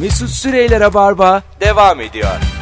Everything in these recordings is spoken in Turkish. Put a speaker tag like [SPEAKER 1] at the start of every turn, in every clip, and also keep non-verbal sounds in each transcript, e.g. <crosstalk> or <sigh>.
[SPEAKER 1] Mesut Süreyler'e barba devam ediyor.
[SPEAKER 2] Evet.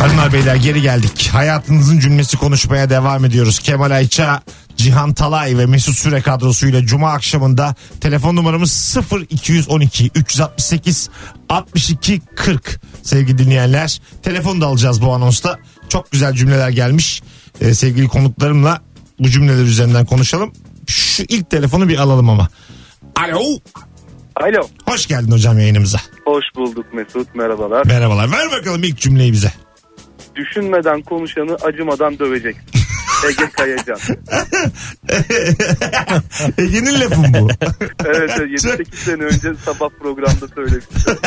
[SPEAKER 2] Hanımlar beyler geri geldik. Hayatınızın cümlesi konuşmaya devam ediyoruz. Kemal Ayça, Cihan Talay ve Mesut Süre kadrosuyla Cuma akşamında telefon numaramız 0212 368 62 40. Sevgili dinleyenler telefon da alacağız bu anonsta. Çok güzel cümleler gelmiş. Ee, sevgili konuklarımla bu cümleler üzerinden konuşalım. Şu ilk telefonu bir alalım ama. Alo.
[SPEAKER 3] Alo.
[SPEAKER 2] Hoş geldin hocam yayınımıza.
[SPEAKER 3] Hoş bulduk Mesut merhabalar.
[SPEAKER 2] Merhabalar. Ver bakalım ilk cümleyi bize.
[SPEAKER 3] Düşünmeden konuşanı acımadan dövecek. Ege Kayacan.
[SPEAKER 2] <laughs> Ege'nin lafı mı bu?
[SPEAKER 3] Evet 7-8 sene önce sabah programda söylemiştim.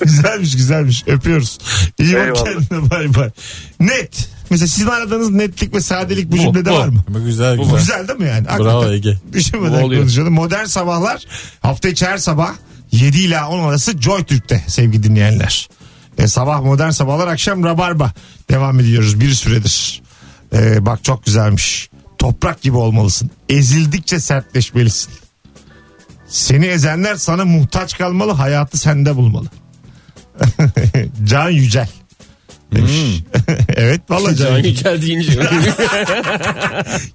[SPEAKER 2] güzelmiş güzelmiş. Öpüyoruz. İyi bak
[SPEAKER 3] Eyvallah.
[SPEAKER 2] kendine bay bay. Net. Mesela sizin aradığınız netlik ve sadelik bu, cümlede
[SPEAKER 4] bu.
[SPEAKER 2] var mı?
[SPEAKER 4] Bu güzel güzel.
[SPEAKER 2] Güzel değil mi yani?
[SPEAKER 4] Bravo Ege.
[SPEAKER 2] Düşünmeden
[SPEAKER 5] Bu oluyor.
[SPEAKER 2] konuşalım. Modern sabahlar hafta içi her sabah 7 ile 10 arası Joy Türk'te sevgili dinleyenler. E, sabah modern sabahlar akşam Rabarba devam ediyoruz bir süredir. E, bak çok güzelmiş. Toprak gibi olmalısın. Ezildikçe sertleşmelisin. Seni ezenler sana muhtaç kalmalı, hayatı sende bulmalı. <laughs> Can Yücel demiş. <laughs> evet vallahi Can
[SPEAKER 5] Can
[SPEAKER 2] Yücel.
[SPEAKER 5] Yücel <laughs> deyince.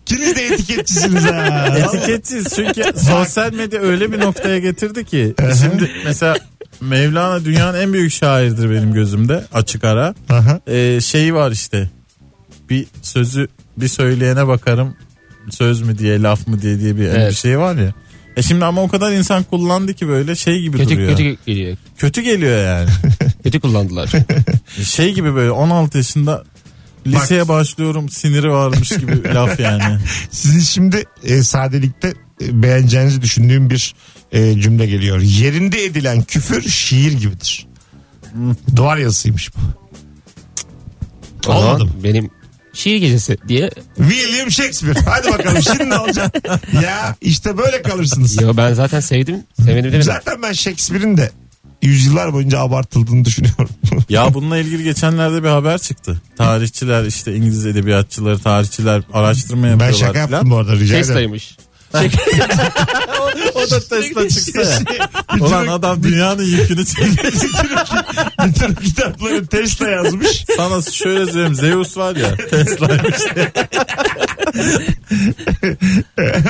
[SPEAKER 2] İkiniz de etiketçisiniz ha.
[SPEAKER 4] Etiketçiyiz <laughs> çünkü sosyal medya öyle bir noktaya getirdi ki. Şimdi mesela Mevlana dünyanın en büyük şairdir benim gözümde açık ara.
[SPEAKER 2] Aha.
[SPEAKER 4] Ee, şeyi var işte bir sözü bir söyleyene bakarım söz mü diye laf mı diye diye bir,
[SPEAKER 5] Evet.
[SPEAKER 4] bir şey var ya. E şimdi ama o kadar insan kullandı ki böyle şey gibi
[SPEAKER 5] kötü
[SPEAKER 4] duruyor. Kötü.
[SPEAKER 5] kötü geliyor.
[SPEAKER 4] geliyor <laughs> yani.
[SPEAKER 2] <laughs>
[SPEAKER 5] Kötü kullandılar.
[SPEAKER 4] şey gibi böyle 16 yaşında liseye başlıyorum siniri varmış gibi laf yani.
[SPEAKER 2] Sizin şimdi e, sadelikte e, beğeneceğinizi düşündüğüm bir e, cümle geliyor. Yerinde edilen küfür şiir gibidir. Duvar yazısıymış bu.
[SPEAKER 5] O zaman
[SPEAKER 2] Olmadı mı?
[SPEAKER 5] Benim şiir gecesi diye.
[SPEAKER 2] William Shakespeare. Hadi bakalım şimdi ne olacak? Ya işte böyle kalırsınız.
[SPEAKER 5] Yo ben zaten sevdim. Sevenim demedim.
[SPEAKER 2] Zaten ben Shakespeare'in de yüzyıllar boyunca abartıldığını
[SPEAKER 4] <laughs>
[SPEAKER 2] düşünüyorum.
[SPEAKER 4] Ya bununla ilgili geçenlerde bir haber çıktı. Tarihçiler işte İngiliz edebiyatçıları, tarihçiler araştırma
[SPEAKER 2] ben
[SPEAKER 4] yapıyorlar.
[SPEAKER 2] şaka
[SPEAKER 4] filan.
[SPEAKER 2] yaptım bu arada rica ederim.
[SPEAKER 5] Tesla'ymış.
[SPEAKER 2] <laughs>
[SPEAKER 4] O da Tesla çıksa ya.
[SPEAKER 2] Bütün o-
[SPEAKER 4] Ulan adam dünyanın
[SPEAKER 2] <laughs>
[SPEAKER 4] yükünü çekiyor.
[SPEAKER 2] bütün o kitapları Tesla yazmış. <laughs>
[SPEAKER 4] Sana şöyle söyleyeyim Zeus var ya. Tesla'ymış.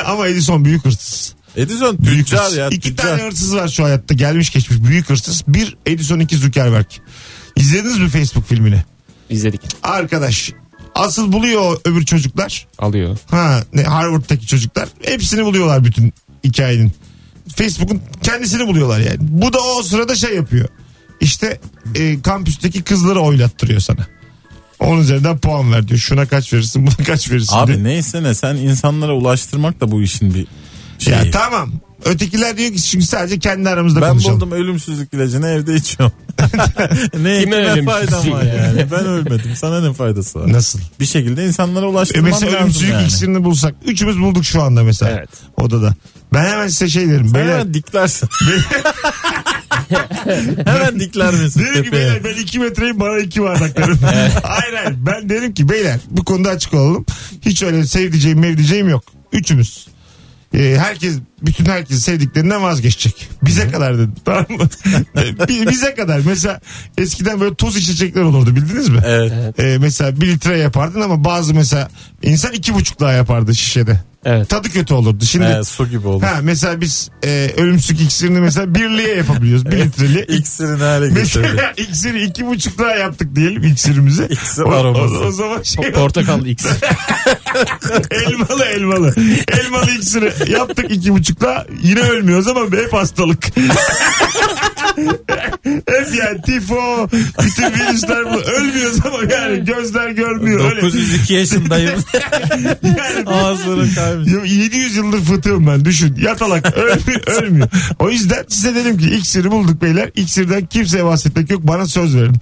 [SPEAKER 2] Ama Edison büyük hırsız.
[SPEAKER 4] Edison
[SPEAKER 2] Büyük
[SPEAKER 4] tüccar
[SPEAKER 2] hırsız.
[SPEAKER 4] ya
[SPEAKER 2] İki
[SPEAKER 4] tüccar.
[SPEAKER 2] tane hırsız var şu hayatta. Gelmiş geçmiş büyük hırsız. Bir Edison iki Zuckerberg. İzlediniz mi Facebook filmini?
[SPEAKER 5] İzledik.
[SPEAKER 2] Arkadaş asıl buluyor o öbür çocuklar.
[SPEAKER 5] Alıyor.
[SPEAKER 2] Ha ne Harvard'daki çocuklar. Hepsini buluyorlar bütün hikayenin. Facebook'un kendisini buluyorlar yani. Bu da o sırada şey yapıyor. İşte e, kampüsteki kızları oylattırıyor sana. Onun üzerinden puan ver diyor. Şuna kaç verirsin buna kaç verirsin diyor.
[SPEAKER 4] Abi neyse ne sen insanlara ulaştırmak da bu işin bir şeyi.
[SPEAKER 2] Ya tamam. Ötekiler diyor ki çünkü sadece kendi aramızda
[SPEAKER 4] ben
[SPEAKER 2] konuşalım.
[SPEAKER 4] buldum ölümsüzlük ilacını evde içiyorum.
[SPEAKER 2] <laughs>
[SPEAKER 4] ne,
[SPEAKER 5] Kime
[SPEAKER 4] ne
[SPEAKER 5] ölümsüzlük?
[SPEAKER 4] faydam var yani? Ben ölmedim. Sana ne faydası var?
[SPEAKER 2] Nasıl?
[SPEAKER 4] Bir şekilde insanlara
[SPEAKER 2] E
[SPEAKER 4] ulaştırmam
[SPEAKER 2] mesela
[SPEAKER 4] lazım
[SPEAKER 2] ölümsüzlük
[SPEAKER 4] yani.
[SPEAKER 2] iksirini bulsak. Üçümüz bulduk şu anda mesela.
[SPEAKER 5] Evet.
[SPEAKER 2] Odada. Ben hemen size şey derim. Beyler, <laughs>
[SPEAKER 4] Hemen diklersin. <laughs> Hemen dikler misin
[SPEAKER 2] derim ki beyler ben iki metreyim bana iki bardak
[SPEAKER 4] <laughs>
[SPEAKER 2] derim. <laughs> hayır hayır. Ben derim ki beyler bu konuda açık olalım. Hiç öyle sevdiceğim mevdiceğim yok. Üçümüz. Ee, herkes bütün herkes sevdiklerinden vazgeçecek. Bize kadar dedim tamam mı? <laughs> Bi- Bize kadar. Mesela eskiden böyle toz içecekler olurdu bildiniz mi?
[SPEAKER 4] Evet.
[SPEAKER 2] Ee, mesela bir litre yapardın ama bazı mesela insan iki buçuk daha yapardı şişede.
[SPEAKER 5] Evet.
[SPEAKER 2] Tadı kötü olurdu. Şimdi
[SPEAKER 4] Ee, su gibi oldu.
[SPEAKER 2] Ha mesela biz e, ölümsüzlük iksirini mesela birliğe yapabiliyoruz. Bir litreli.
[SPEAKER 4] İksirini hale getirdi.
[SPEAKER 2] mesela <laughs> iksiri iki buçukluğa yaptık diyelim iksirimizi.
[SPEAKER 4] İksir
[SPEAKER 2] o, o,
[SPEAKER 4] aroması.
[SPEAKER 2] o zaman şey
[SPEAKER 5] <laughs>
[SPEAKER 2] <laughs>
[SPEAKER 5] Portakal X.
[SPEAKER 2] elmalı elmalı. Elmalı iksiri yaptık iki buçukluğa yine ölmüyoruz ama hep hastalık. <laughs> hep yani tifo bütün virüsler bu. ölmüyoruz ama yani gözler görmüyor. Öyle. <laughs>
[SPEAKER 4] 902 yaşındayım. Ağızları kaymış.
[SPEAKER 2] Ya 700 yıldır fıtığım ben düşün. Yatalak ölmüyor, ölmüyor. O yüzden size dedim ki iksiri bulduk beyler. İksirden kimseye bahsetmek yok bana söz verin.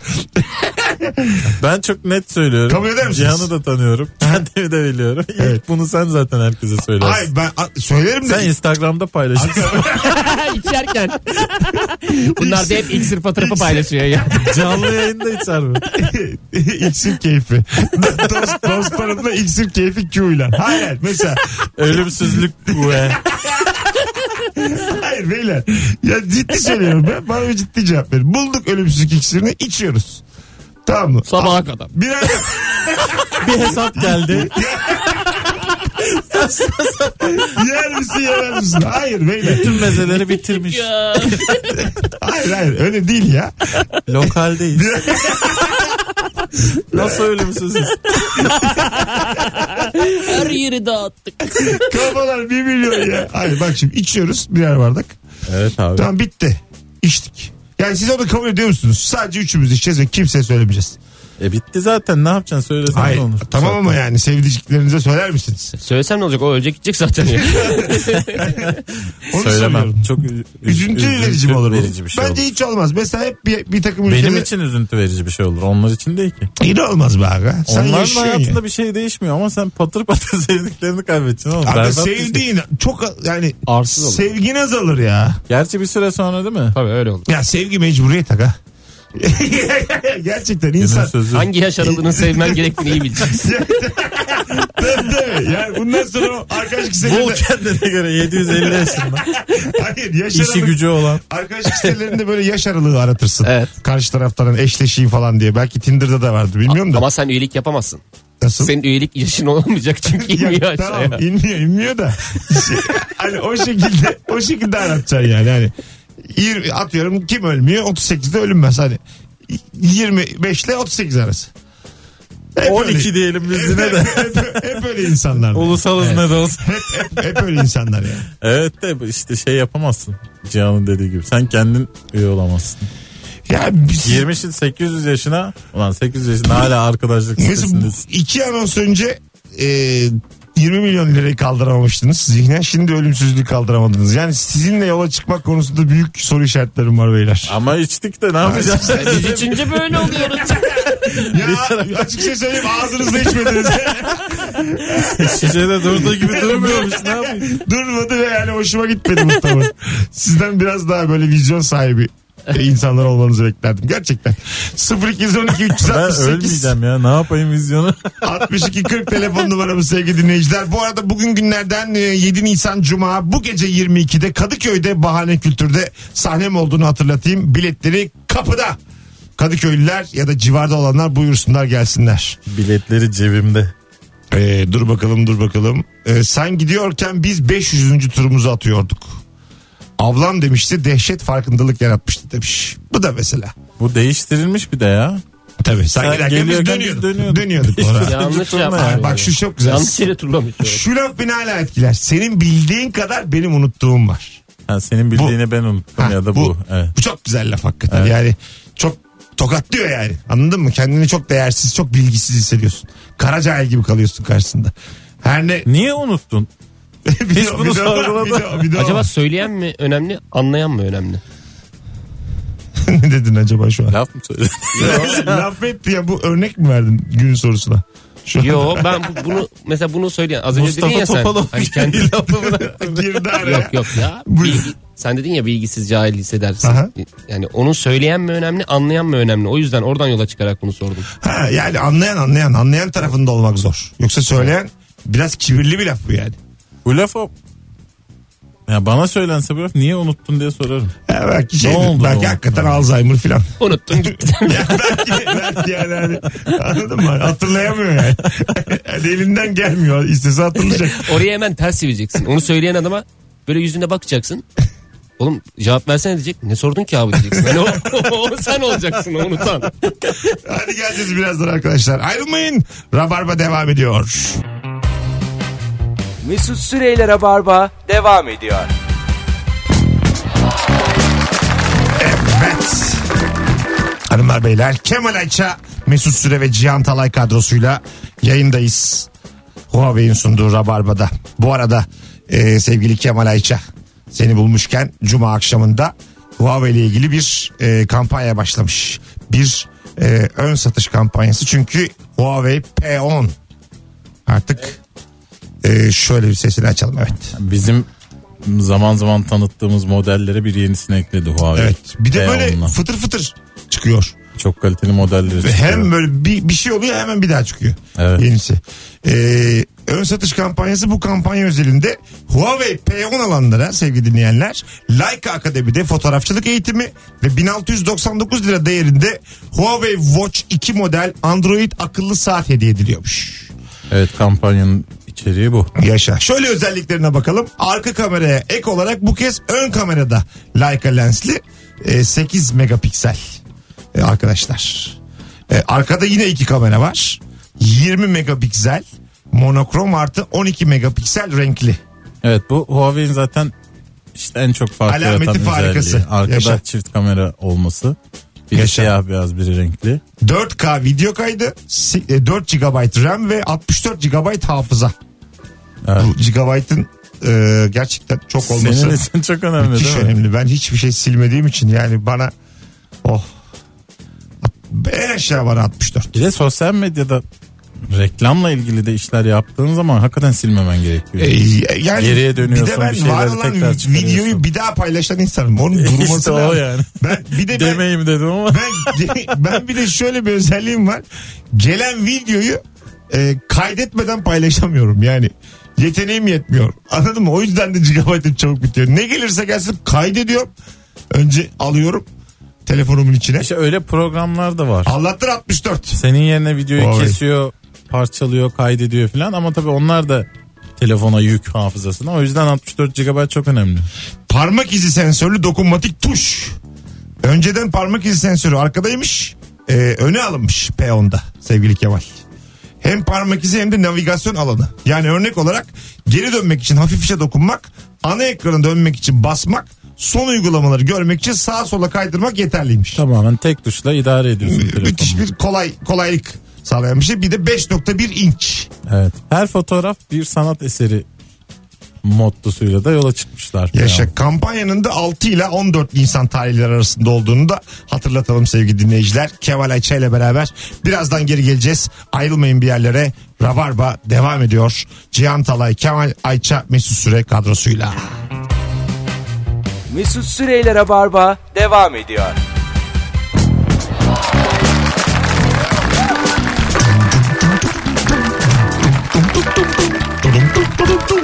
[SPEAKER 4] Ben çok net söylüyorum.
[SPEAKER 2] Kabul eder misiniz?
[SPEAKER 4] Cihan'ı da tanıyorum. Kendimi de biliyorum. İlk
[SPEAKER 2] Evet.
[SPEAKER 4] bunu sen zaten herkese söylersin.
[SPEAKER 2] Ay ben a- söylerim <laughs>
[SPEAKER 4] Sen
[SPEAKER 2] de.
[SPEAKER 4] Instagram'da paylaşırsın.
[SPEAKER 5] İçerken. <laughs> Bunlar da hep iksir fotoğrafı paylaşıyor
[SPEAKER 2] <laughs>
[SPEAKER 5] ya.
[SPEAKER 4] Canlı yayında içer mi?
[SPEAKER 2] iksir keyfi. <laughs> Dost, dostlarımla iksir keyfi Q ile. Hayır mesela.
[SPEAKER 4] Ölümsüzlük ve
[SPEAKER 2] Hayır beyler. Ya ciddi söylüyorum ben. Bana bir ciddi cevap verin. Bulduk ölümsüzlük iksirini içiyoruz. Tamam mı?
[SPEAKER 5] Sabaha kadar.
[SPEAKER 2] Birader
[SPEAKER 4] bir hesap geldi.
[SPEAKER 2] yer misin yemez misin? Hayır beyler.
[SPEAKER 4] Tüm mezeleri bitirmiş.
[SPEAKER 2] Hayır hayır öyle değil ya. <laughs>
[SPEAKER 4] Lokaldeyiz. Nasıl ölümsüzüz?
[SPEAKER 5] Her yeri dağıttık.
[SPEAKER 2] Kafalar bir milyon ya. Hayır bak şimdi içiyoruz birer bardak.
[SPEAKER 4] Evet abi.
[SPEAKER 2] Tamam bitti. İçtik. Yani siz onu kabul ediyor musunuz? Sadece üçümüz içeceğiz ve kimseye söylemeyeceğiz.
[SPEAKER 4] E bitti zaten ne yapacaksın söylesen
[SPEAKER 2] Hayır.
[SPEAKER 4] ne olur.
[SPEAKER 2] Tamam ama yani sevdiklerinize söyler misiniz?
[SPEAKER 5] Söylesem ne olacak? O ölecek gidecek
[SPEAKER 2] <laughs>
[SPEAKER 5] zaten ya.
[SPEAKER 2] Onu
[SPEAKER 4] Söylemem.
[SPEAKER 2] söylüyorum.
[SPEAKER 4] Çok ü- üz-
[SPEAKER 2] Üzüntü verici mi olur bu?
[SPEAKER 4] verici bir şey
[SPEAKER 2] Bence
[SPEAKER 4] olur.
[SPEAKER 2] hiç olmaz. Mesela hep bir, bir takım ülkede...
[SPEAKER 4] Benim için üzüntü verici bir şey olur. Onlar için değil ki.
[SPEAKER 2] Yine olmaz be aga. Sen
[SPEAKER 4] Onların
[SPEAKER 2] yaşıyorsun
[SPEAKER 4] hayatında
[SPEAKER 2] ya.
[SPEAKER 4] bir şey değişmiyor ama sen patır patır <laughs> sevdiklerini kaybedeceksin oğlum.
[SPEAKER 2] Aga
[SPEAKER 4] Berbat bir şey.
[SPEAKER 2] sevdiğin çok yani
[SPEAKER 5] Arsız olur.
[SPEAKER 2] sevgin azalır ya.
[SPEAKER 4] Gerçi bir süre sonra değil mi?
[SPEAKER 5] Tabii öyle oldu.
[SPEAKER 2] Ya sevgi mecburiyet aga. <laughs> Gerçekten
[SPEAKER 4] Günün
[SPEAKER 2] insan
[SPEAKER 4] sözü.
[SPEAKER 5] Hangi
[SPEAKER 2] <laughs>
[SPEAKER 5] yaş aralığını sevmem gerektiğini iyi bileceksin.
[SPEAKER 2] Tabii tabii. Yani bundan sonra o arkadaş
[SPEAKER 4] Bul
[SPEAKER 2] listelerinde...
[SPEAKER 4] kendine
[SPEAKER 2] <laughs>
[SPEAKER 4] göre 750
[SPEAKER 2] şey
[SPEAKER 4] yaşında.
[SPEAKER 2] Hayır yaş
[SPEAKER 4] İşi
[SPEAKER 2] aralığı...
[SPEAKER 4] gücü olan.
[SPEAKER 2] Arkadaş listelerinde böyle yaş aralığı aratırsın.
[SPEAKER 5] Evet.
[SPEAKER 2] Karşı taraftan eşleşeyim falan diye. Belki Tinder'da da vardı bilmiyorum da.
[SPEAKER 5] Ama sen üyelik yapamazsın.
[SPEAKER 2] Nasıl?
[SPEAKER 5] Senin üyelik yaşın olmayacak çünkü
[SPEAKER 2] Ya,
[SPEAKER 5] inmiyor aşağıya.
[SPEAKER 2] tamam inmiyor inmiyor da Şey, hani o şekilde o şekilde aratacaksın yani hani yirmi- atıyorum kim ölmüyor 38'de ölünmez hani 25 ile 38 arası hep
[SPEAKER 4] 12
[SPEAKER 2] öyle.
[SPEAKER 4] diyelim biz
[SPEAKER 2] Hep,
[SPEAKER 4] yine de.
[SPEAKER 2] hep, hep öyle insanlar.
[SPEAKER 4] Ulusalız ne de olsa.
[SPEAKER 2] Hep, hep öyle insanlar yani.
[SPEAKER 4] Evet de bu işte şey yapamazsın. Cihan'ın dediği gibi. Sen kendin üye olamazsın.
[SPEAKER 2] Ya biz,
[SPEAKER 4] 20 yaşın 800 yaşına. Ulan 800 yaşında hala arkadaşlık
[SPEAKER 2] mesela bu
[SPEAKER 4] listesindesin.
[SPEAKER 2] iki anons önce e, 20 milyon lirayı kaldıramamıştınız zihnen. Şimdi ölümsüzlüğü kaldıramadınız. Yani sizinle yola çıkmak konusunda büyük soru işaretlerim var beyler.
[SPEAKER 4] Ama içtik de ne yapacağız?
[SPEAKER 5] Biz üçüncü böyle oluyoruz.
[SPEAKER 2] Ya açık şey söyleyeyim ağzınızda içmediniz.
[SPEAKER 4] <laughs> Şişede durduğu gibi durmuyormuş ne yapayım?
[SPEAKER 2] <laughs> Durmadı ve yani hoşuma gitmedi muhtemelen. Sizden biraz daha böyle vizyon sahibi e, insanlar olmanızı beklerdim gerçekten. 0212
[SPEAKER 4] Ben
[SPEAKER 2] 368
[SPEAKER 4] ölmeyeceğim ya ne yapayım vizyonu?
[SPEAKER 2] 62 40 telefon numaramız sevgili dinleyiciler. Bu arada bugün günlerden e, 7 Nisan Cuma bu gece 22'de Kadıköy'de Bahane Kültür'de sahnem olduğunu hatırlatayım. Biletleri kapıda. Kadıköylüler ya da civarda olanlar buyursunlar gelsinler.
[SPEAKER 4] Biletleri cebimde.
[SPEAKER 2] Ee, dur bakalım dur bakalım. Ee, sen gidiyorken biz 500. turumuzu atıyorduk. Ablam demişti dehşet farkındalık yaratmıştı demiş. Bu da mesela.
[SPEAKER 4] Bu değiştirilmiş bir de ya.
[SPEAKER 2] Tabii sen,
[SPEAKER 4] Sen
[SPEAKER 2] giderken biz
[SPEAKER 4] geliyorken biz
[SPEAKER 2] dönüyorduk.
[SPEAKER 4] dönüyorduk. <laughs>
[SPEAKER 2] Dönüyorduk oraya.
[SPEAKER 5] Yanlış
[SPEAKER 4] Tutma
[SPEAKER 5] yapma.
[SPEAKER 4] ya. şey
[SPEAKER 2] Ha, bak şu çok <laughs> güzel.
[SPEAKER 5] Yanlış yere turlamış.
[SPEAKER 2] Şu laf beni hala etkiler. Senin bildiğin kadar benim unuttuğum var.
[SPEAKER 4] Ha, senin bildiğini ben unuttum
[SPEAKER 2] Ha,
[SPEAKER 4] ya da bu. Evet.
[SPEAKER 2] bu çok güzel laf hakikaten. Yani çok tokatlıyor yani. Anladın mı? Kendini çok değersiz, çok bilgisiz hissediyorsun. Kara cahil gibi kalıyorsun karşısında. Her ne...
[SPEAKER 4] Niye unuttun?
[SPEAKER 2] <laughs> Bir
[SPEAKER 4] Hiç
[SPEAKER 2] de- bir
[SPEAKER 4] bunu
[SPEAKER 2] de- bir de-
[SPEAKER 4] sorguladı.
[SPEAKER 2] bir de-
[SPEAKER 5] Acaba söyleyen mi önemli, anlayan mı önemli?
[SPEAKER 2] <laughs> ne dedin acaba şu an?
[SPEAKER 4] Laf mı söyledin?
[SPEAKER 2] Laf etti <laughs> ya bu örnek mi verdin gün sorusuna? Şu an
[SPEAKER 5] Yo ben bu- bunu <laughs> mesela bunu söyleyen az önce dedin
[SPEAKER 4] Mustafa
[SPEAKER 5] ya sen.
[SPEAKER 4] Topalov
[SPEAKER 5] Hani kendi-
[SPEAKER 4] lafı
[SPEAKER 2] <laughs>
[SPEAKER 4] bıraktın.
[SPEAKER 2] girdi araya.
[SPEAKER 5] <laughs> yok yok ya.
[SPEAKER 2] Buyur.
[SPEAKER 5] Bilgi, sen dedin ya bilgisiz cahil hissedersin.
[SPEAKER 2] Aha.
[SPEAKER 5] Yani onu söyleyen mi önemli, anlayan mı önemli? O yüzden oradan yola çıkarak bunu sordum.
[SPEAKER 2] Ha, yani anlayan anlayan anlayan tarafında olmak zor. Yoksa söyleyen biraz kibirli bir laf bu yani.
[SPEAKER 4] Bu laf o. Ya bana söylense bu laf niye unuttun diye sorarım.
[SPEAKER 2] Ha, belki şey,
[SPEAKER 4] Ne oldu
[SPEAKER 2] belki
[SPEAKER 4] oğlum?
[SPEAKER 2] hakikaten Alzheimer filan.
[SPEAKER 5] Unuttum gittim.
[SPEAKER 2] Ya belki, belki yani hani, anladın mı? Hatırlayamıyor yani. yani. elinden gelmiyor. İstese hatırlayacak.
[SPEAKER 5] Oraya hemen ters çevireceksin. Onu söyleyen adama böyle yüzüne bakacaksın. Oğlum cevap versene diyecek. Ne sordun ki abi diyeceksin. Hani o, <laughs> o sen olacaksın o unutan.
[SPEAKER 2] Hadi geleceğiz birazdan arkadaşlar. Ayrılmayın. Rabarba devam ediyor.
[SPEAKER 1] Mesut Süreyler'e barba devam ediyor.
[SPEAKER 2] Evet. Hanımlar beyler Kemal Ayça, Mesut Süre ve Cihan Talay kadrosuyla yayındayız. Huawei'in sunduğu Rabarba'da. Bu arada e, sevgili Kemal Ayça seni bulmuşken Cuma akşamında Huawei ile ilgili bir e, kampanya başlamış. Bir e, ön satış kampanyası. Çünkü Huawei P10 artık e, şöyle bir sesini açalım evet.
[SPEAKER 4] Bizim zaman zaman tanıttığımız modellere bir yenisini ekledi Huawei.
[SPEAKER 2] Evet. Bir de böyle
[SPEAKER 4] P10'la.
[SPEAKER 2] fıtır fıtır çıkıyor.
[SPEAKER 4] çok kaliteli modelleri
[SPEAKER 2] Ve
[SPEAKER 4] çıkıyor.
[SPEAKER 2] Hem böyle bir, bir şey oluyor hemen bir daha çıkıyor.
[SPEAKER 4] Evet.
[SPEAKER 2] Yenisi. Ee, ön satış kampanyası bu kampanya özelinde Huawei P10 alanlara sevgili dinleyenler Leica Akademi'de fotoğrafçılık eğitimi ve 1699 lira değerinde Huawei Watch 2 model Android akıllı saat hediye ediliyormuş.
[SPEAKER 4] Evet kampanyanın içeriği bu.
[SPEAKER 2] Yaşa. Şöyle özelliklerine bakalım. Arka kameraya ek olarak bu kez ön kamerada Leica lensli e, 8 megapiksel e, arkadaşlar. E, Arkada yine iki kamera var. 20 megapiksel monokrom artı 12 megapiksel renkli.
[SPEAKER 4] Evet bu Huawei'in zaten işte en çok fark
[SPEAKER 2] Alameti
[SPEAKER 4] yaratan
[SPEAKER 2] farikası.
[SPEAKER 4] özelliği. Arkada
[SPEAKER 2] Yaşa.
[SPEAKER 4] çift kamera olması. Biri
[SPEAKER 2] Yaşa.
[SPEAKER 4] siyah beyaz biri renkli.
[SPEAKER 2] 4K video kaydı, si- e, 4 GB RAM ve 64 GB hafıza.
[SPEAKER 4] Evet.
[SPEAKER 2] Bu gigabyte'ın e, gerçekten çok olması.
[SPEAKER 4] Senin için çok önemli
[SPEAKER 2] Müthiş
[SPEAKER 4] değil mi?
[SPEAKER 2] önemli. Ben hiçbir şey silmediğim için yani bana oh en aşağı bana 64.
[SPEAKER 4] Bir de sosyal medyada reklamla ilgili de işler yaptığın zaman hakikaten silmemen gerekiyor.
[SPEAKER 2] Ee, yani
[SPEAKER 4] Geriye dönüyorsun,
[SPEAKER 2] Bir de ben
[SPEAKER 4] bir şeyleri
[SPEAKER 2] var olan
[SPEAKER 4] tekrar
[SPEAKER 2] vi-
[SPEAKER 4] çıkarıyorsun.
[SPEAKER 2] videoyu bir daha paylaşan insanım. Onun
[SPEAKER 4] İşte
[SPEAKER 2] durması
[SPEAKER 4] o
[SPEAKER 2] lazım.
[SPEAKER 4] yani.
[SPEAKER 2] Ben, bir de ben,
[SPEAKER 4] Demeyim dedim ama.
[SPEAKER 2] ben, <laughs> ben bir de şöyle bir özelliğim var. Gelen videoyu e, kaydetmeden paylaşamıyorum yani. Yeteneğim yetmiyor. Anladın mı? O yüzden de gigabaytım çabuk bitiyor. Ne gelirse gelsin kaydediyorum. Önce alıyorum telefonumun içine.
[SPEAKER 4] İşte öyle programlar da var.
[SPEAKER 2] Anlattır 64.
[SPEAKER 4] Senin yerine videoyu
[SPEAKER 2] Vay.
[SPEAKER 4] kesiyor, parçalıyor, kaydediyor falan ama tabii onlar da telefona yük hafızasına. O yüzden 64 GB çok önemli.
[SPEAKER 2] Parmak izi sensörlü dokunmatik tuş. Önceden parmak izi sensörü arkadaymış. e, öne alınmış P10'da sevgili Kemal. Hem parmak izi hem de navigasyon alanı. Yani örnek olarak geri dönmek için hafif işe dokunmak, ana ekranı dönmek için basmak, son uygulamaları görmek için sağa sola kaydırmak yeterliymiş.
[SPEAKER 4] Tamamen tek tuşla idare ediyorsun
[SPEAKER 2] Mü- Müthiş
[SPEAKER 4] telefonu.
[SPEAKER 2] bir kolay kolaylık sağlayan bir şey. Bir de 5.1 inç.
[SPEAKER 4] Evet. Her fotoğraf bir sanat eseri mottosuyla da yola çıkmışlar.
[SPEAKER 2] Yaşa. Kampanyanın da 6 ile 14 Nisan tarihleri arasında olduğunu da hatırlatalım sevgili dinleyiciler. Kemal Ayça ile beraber birazdan geri geleceğiz. Ayrılmayın bir yerlere. Rabarba devam ediyor. Cihan Talay, Kemal Ayça, Mesut Süre kadrosuyla.
[SPEAKER 1] Mesut Süreyler'e barba devam ediyor.
[SPEAKER 2] Tudum tum tudum tum.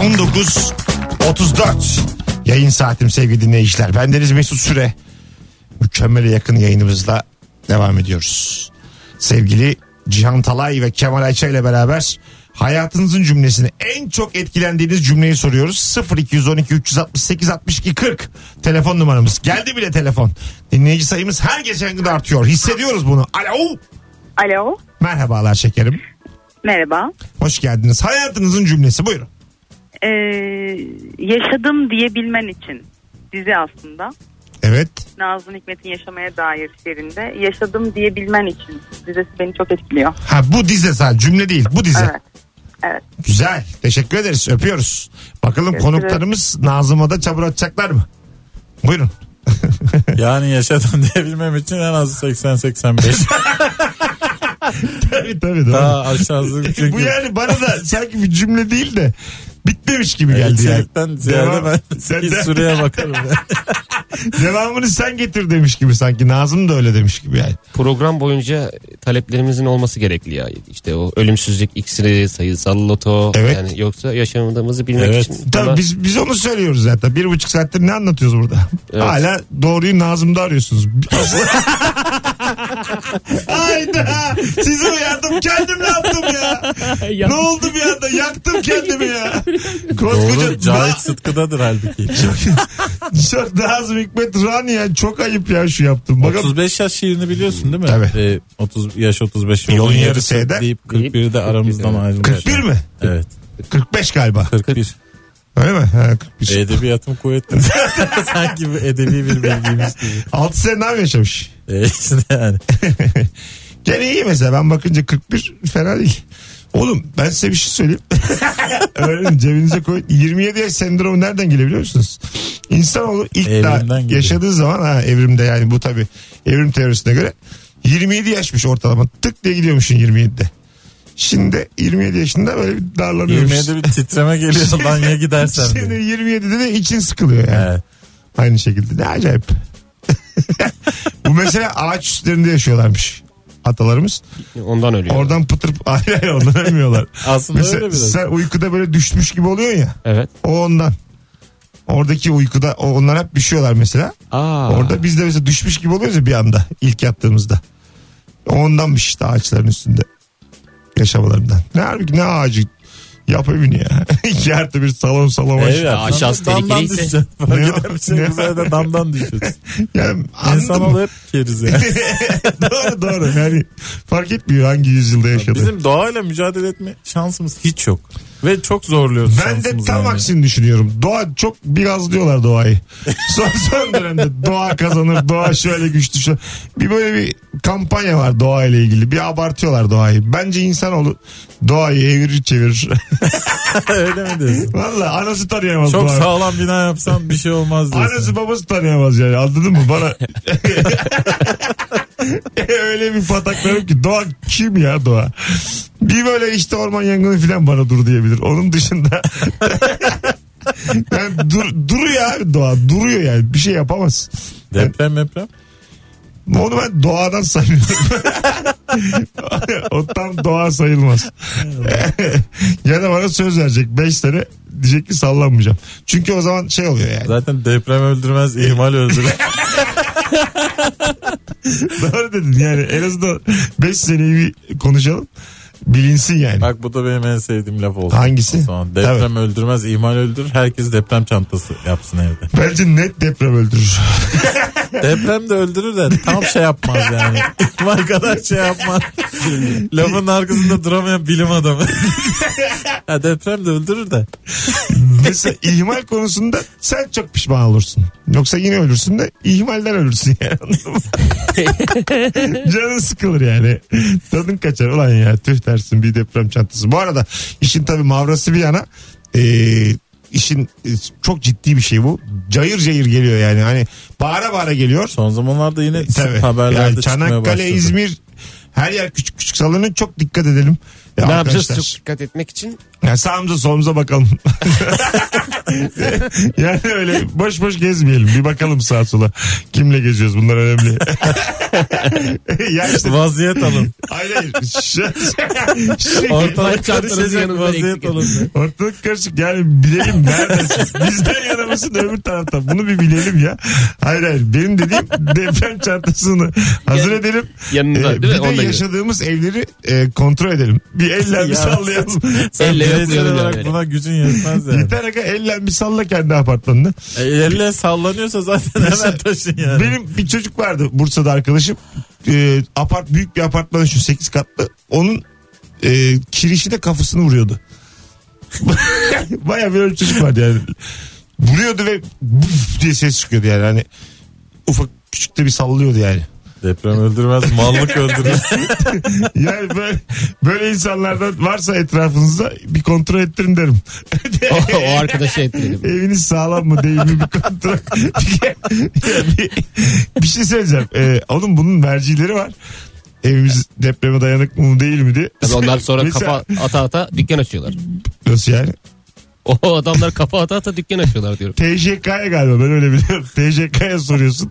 [SPEAKER 2] 19.34 yayın saatim sevgili dinleyiciler. Bendeniz Mesut Süre. Mükemmele yakın yayınımızla devam ediyoruz. Sevgili Cihan Talay ve Kemal Ayça ile beraber hayatınızın cümlesini en çok etkilendiğiniz cümleyi soruyoruz. 0212 368 62 40 telefon numaramız. Geldi bile telefon. Dinleyici sayımız her geçen gün artıyor. Hissediyoruz bunu. Alo.
[SPEAKER 6] Alo.
[SPEAKER 2] Merhabalar şekerim.
[SPEAKER 6] Merhaba.
[SPEAKER 2] Hoş geldiniz. Hayatınızın cümlesi buyurun.
[SPEAKER 6] Ee, yaşadım diyebilmen için dizi aslında.
[SPEAKER 2] Evet.
[SPEAKER 6] Nazım Hikmet'in yaşamaya dair şiirinde yaşadım diyebilmen için dizesi beni çok etkiliyor.
[SPEAKER 2] Ha bu dize sadece cümle değil bu dize.
[SPEAKER 6] Evet. Evet.
[SPEAKER 2] Güzel. Teşekkür ederiz. Öpüyoruz. Bakalım
[SPEAKER 6] Teşekkür
[SPEAKER 2] konuklarımız Nazım'a da çabur atacaklar mı? Buyurun. <laughs>
[SPEAKER 4] Yani yaşadan <laughs> diyebilmem için en az 80-85.
[SPEAKER 2] tabii tabii. doğru.
[SPEAKER 4] Daha aşağısı
[SPEAKER 2] <laughs>
[SPEAKER 4] çünkü.
[SPEAKER 2] Bu yani bana da sanki bir cümle değil de bitmemiş gibi
[SPEAKER 4] Yani
[SPEAKER 2] geldi yani.
[SPEAKER 4] içerikten ziyade
[SPEAKER 2] Devam-
[SPEAKER 4] ben
[SPEAKER 2] Sen
[SPEAKER 4] bir
[SPEAKER 2] de-
[SPEAKER 4] süreye bakarım. yani.
[SPEAKER 2] Devamını sen getir demiş gibi sanki. Nazım da öyle demiş gibi yani.
[SPEAKER 5] Program boyunca taleplerimizin olması gerekli ya. İşte o ölümsüzlük iksiri, sayısal loto.
[SPEAKER 2] Evet.
[SPEAKER 5] Yani yoksa yaşamımızı bilmek
[SPEAKER 4] Evet.
[SPEAKER 5] için.
[SPEAKER 2] Tabii
[SPEAKER 5] bana-
[SPEAKER 2] biz, biz onu söylüyoruz zaten. Bir buçuk saattir ne anlatıyoruz burada?
[SPEAKER 5] Evet.
[SPEAKER 2] Hala doğruyu Nazım'da arıyorsunuz. Hayda. Sizi uyardım kendim ne yaptım ya? ne oldu bir anda? Yaktım kendimi ya.
[SPEAKER 4] Doğru.
[SPEAKER 2] Koskoca
[SPEAKER 4] Cahit Sıtkı'dadır halbuki.
[SPEAKER 2] çok Nazım Hikmet Rani ya. Çok ayıp ya şu yaptım. Bakın
[SPEAKER 4] 35 yaş şiirini biliyorsun değil mi?
[SPEAKER 2] Tabii.
[SPEAKER 4] Ee, 30 yaş 35
[SPEAKER 2] Yolun
[SPEAKER 4] yolun
[SPEAKER 2] yarısı
[SPEAKER 4] yarısı
[SPEAKER 2] eder.
[SPEAKER 4] deyip 41'i de aramızdan ayrıldı.
[SPEAKER 2] 41 mi?
[SPEAKER 4] Evet.
[SPEAKER 2] 45 galiba.
[SPEAKER 4] 41.
[SPEAKER 2] Öyle mi? Ha, 41.
[SPEAKER 4] Edebiyatım
[SPEAKER 2] <laughs>
[SPEAKER 4] kuvvetli. Sanki bir edebi bir bilgiymiş gibi.
[SPEAKER 2] 6 sene daha mı yaşamış?
[SPEAKER 4] Ee, işte yani.
[SPEAKER 2] <laughs> Gene iyi mesela ben bakınca 41 fena değil. Oğlum ben size bir şey
[SPEAKER 4] <laughs>
[SPEAKER 2] söyleyeyim. Öğrenin cebinize koyun. 27 yaş sendromu nereden geliyor biliyor musunuz? İnsanoğlu ilk
[SPEAKER 4] Evrimden
[SPEAKER 2] daha
[SPEAKER 4] geliyor.
[SPEAKER 2] yaşadığı zaman ha, evrimde yani bu tabi evrim teorisine göre 27 yaşmış ortalama. Tık diye gidiyormuşsun 27'de. Şimdi 27 yaşında böyle bir darlanıyormuş. <laughs>
[SPEAKER 4] 27'de bir titreme geliyor lan ya gidersen
[SPEAKER 2] Şimdi
[SPEAKER 4] diye.
[SPEAKER 2] 27'de de için sıkılıyor yani.
[SPEAKER 4] Evet.
[SPEAKER 2] Aynı şekilde. Ne acayip. <laughs> Bu mesela ağaç üstlerinde yaşıyorlarmış atalarımız.
[SPEAKER 5] Ondan ölüyor.
[SPEAKER 2] Oradan pıtır <laughs> hayır hayır ondan ölmüyorlar.
[SPEAKER 4] Aslında öyle
[SPEAKER 2] Mesela
[SPEAKER 4] biraz.
[SPEAKER 2] sen uykuda böyle düşmüş gibi oluyorsun ya.
[SPEAKER 5] Evet.
[SPEAKER 2] O ondan. Oradaki uykuda o- onlar hep düşüyorlar mesela.
[SPEAKER 5] Aa.
[SPEAKER 2] Orada biz de mesela düşmüş gibi oluyoruz ya bir anda ilk yattığımızda. Ondanmış işte ağaçların üstünde yaşamalarından. Ne, harbi- ne ağacı yap evini ya. <laughs> İki artı bir salon salon.
[SPEAKER 4] Ev
[SPEAKER 2] Evet.
[SPEAKER 4] yapsan
[SPEAKER 5] aşağısı
[SPEAKER 4] da damdan
[SPEAKER 5] tehlikeliyse.
[SPEAKER 4] düşeceksin.
[SPEAKER 2] Ne
[SPEAKER 4] Fark
[SPEAKER 2] o?
[SPEAKER 4] edermişsin
[SPEAKER 2] Ne
[SPEAKER 4] bu sefer de damdan düşüyorsun.
[SPEAKER 2] Yani anladın mı?
[SPEAKER 4] İnsanoğlu hep
[SPEAKER 2] <laughs>
[SPEAKER 4] keriz ya.
[SPEAKER 2] doğru doğru yani fark etmiyor hangi yüzyılda yaşadı.
[SPEAKER 4] Bizim doğayla mücadele etme şansımız hiç yok. Ve çok zorluyoruz
[SPEAKER 2] ben de
[SPEAKER 4] şansımızı
[SPEAKER 2] tam
[SPEAKER 4] yani.
[SPEAKER 2] aksini düşünüyorum. Doğa çok biraz diyorlar doğayı. <laughs> Son, son dönemde doğa kazanır, doğa şöyle güçlü. şöyle. Bir böyle bir kampanya var doğa ile ilgili. Bir abartıyorlar doğayı. Bence insanoğlu doğayı evirir çevirir. <laughs>
[SPEAKER 4] Öyle mi diyorsun?
[SPEAKER 2] Valla anası tanıyamaz
[SPEAKER 4] Çok
[SPEAKER 2] doğayı.
[SPEAKER 4] sağlam bina yapsam bir şey olmaz diyorsun.
[SPEAKER 2] Anası babası tanıyamaz yani anladın mı bana? <laughs> Öyle bir pataklarım ki doğa kim ya doğa? Bir böyle işte orman yangını falan bana dur diyebilir. Onun dışında <laughs> yani dur, duruyor abi doğa duruyor yani bir şey yapamaz.
[SPEAKER 4] Deprem deprem.
[SPEAKER 2] Onu ben doğadan sayıyorum. <laughs> o tam doğa sayılmaz. <laughs> ya da bana söz verecek 5 sene diyecek ki sallanmayacağım. Çünkü o zaman şey oluyor yani.
[SPEAKER 4] Zaten deprem öldürmez, ihmal öldürür.
[SPEAKER 2] Doğru dedin yani en azından 5 seneyi bir konuşalım. Bilinsin yani.
[SPEAKER 4] Bak bu da benim en sevdiğim laf oldu.
[SPEAKER 2] Hangisi?
[SPEAKER 4] O zaman deprem öldürmez, ihmal öldürür. Herkes deprem çantası yapsın evde.
[SPEAKER 2] Bence net deprem
[SPEAKER 4] <laughs>
[SPEAKER 2] öldürür.
[SPEAKER 4] deprem de öldürür de tam şey yapmaz yani. İhmal kadar şey yapmaz. Lafın arkasında duramayan bilim adamı. ha, deprem de öldürür de.
[SPEAKER 2] Mesela ihmal konusunda sen çok pişman olursun. Yoksa yine ölürsün de ihmalden ölürsün yani. Anladın
[SPEAKER 4] <laughs>
[SPEAKER 2] mı? Canın sıkılır yani. Tadın kaçar ulan ya tüh dersin bir deprem çantası. Bu arada işin tabii mavrası bir yana eee, işin e, çok ciddi bir şey bu. Cayır cayır geliyor yani. Hani bağıra bağıra geliyor.
[SPEAKER 4] Son zamanlarda yine
[SPEAKER 2] Tabii.
[SPEAKER 4] haberlerde
[SPEAKER 2] Yani
[SPEAKER 4] çıkmaya başladı.
[SPEAKER 2] Çanakkale, İzmir her yer küçük küçük salınıyor. Çok dikkat edelim. Ya
[SPEAKER 5] Ne yapacağız?
[SPEAKER 2] arkadaşlar.
[SPEAKER 5] Çok dikkat etmek için
[SPEAKER 2] Ya sağımıza solumuza
[SPEAKER 5] <laughs>
[SPEAKER 2] bakalım. yani öyle boş boş gezmeyelim. Bir bakalım sağa sola. Kimle geziyoruz bunlar
[SPEAKER 5] <laughs>
[SPEAKER 2] önemli. ya işte
[SPEAKER 4] Vaziyet alın.
[SPEAKER 2] hayır hayır. Ş- şey-
[SPEAKER 4] Ortalık
[SPEAKER 5] Çantanızın
[SPEAKER 4] karışacak
[SPEAKER 5] yanında
[SPEAKER 4] vaziyet
[SPEAKER 5] eksik
[SPEAKER 4] alın.
[SPEAKER 2] Ortalık karışık yani bilelim neredesin. Bizden yana mısın öbür tarafta. Bunu bir bilelim ya. Hayır hayır benim dediğim deprem çantasını hazır
[SPEAKER 5] Yani-
[SPEAKER 2] edelim.
[SPEAKER 5] yanında
[SPEAKER 2] Ee,
[SPEAKER 5] değil mi?
[SPEAKER 2] bir de
[SPEAKER 5] Onda göre.
[SPEAKER 2] yaşadığımız evleri e, kontrol edelim. Bir elle bir
[SPEAKER 4] Ya.
[SPEAKER 2] sallayalım.
[SPEAKER 4] Sen
[SPEAKER 5] Elle
[SPEAKER 4] bireysel
[SPEAKER 5] yoklayalım
[SPEAKER 4] olarak
[SPEAKER 5] yani.
[SPEAKER 4] buna gücün yetmez yani.
[SPEAKER 2] Yeter aga elle bir salla kendi apartmanını.
[SPEAKER 4] E, elle sallanıyorsa zaten hemen taşın yani.
[SPEAKER 2] Benim şey- bir çocuk vardı Bursa'da arkadaşım. Ee, apart büyük bir apartman şu 8 katlı. Onun e, kirişi de kafasını vuruyordu. <laughs> Baya böyle bir çocuk vardı yani. Vuruyordu ve buf diye ses çıkıyordu yani. Hani ufak küçük de bir sallıyordu yani.
[SPEAKER 4] Deprem öldürmez,
[SPEAKER 2] <laughs>
[SPEAKER 4] mallık öldürür.
[SPEAKER 2] Yani böyle, böyle insanlardan varsa etrafınızda bir kontrol ettirin derim. <laughs>
[SPEAKER 5] o, o arkadaşı etmedim.
[SPEAKER 2] Eviniz sağlam mı değil mi bir kontrol. bir, bir şey söyleyeceğim. Ee, oğlum bunun mercileri var. Evimiz depreme dayanık mı değil mi diye.
[SPEAKER 5] Tabii onlar sonra
[SPEAKER 2] Mesela-
[SPEAKER 5] kafa ata ata dükkan açıyorlar.
[SPEAKER 2] Nasıl yani?
[SPEAKER 5] O adamlar kafa ata ata dükkan açıyorlar diyorum.
[SPEAKER 2] TJK'ya galiba ben öyle biliyorum. TJK'ya soruyorsun.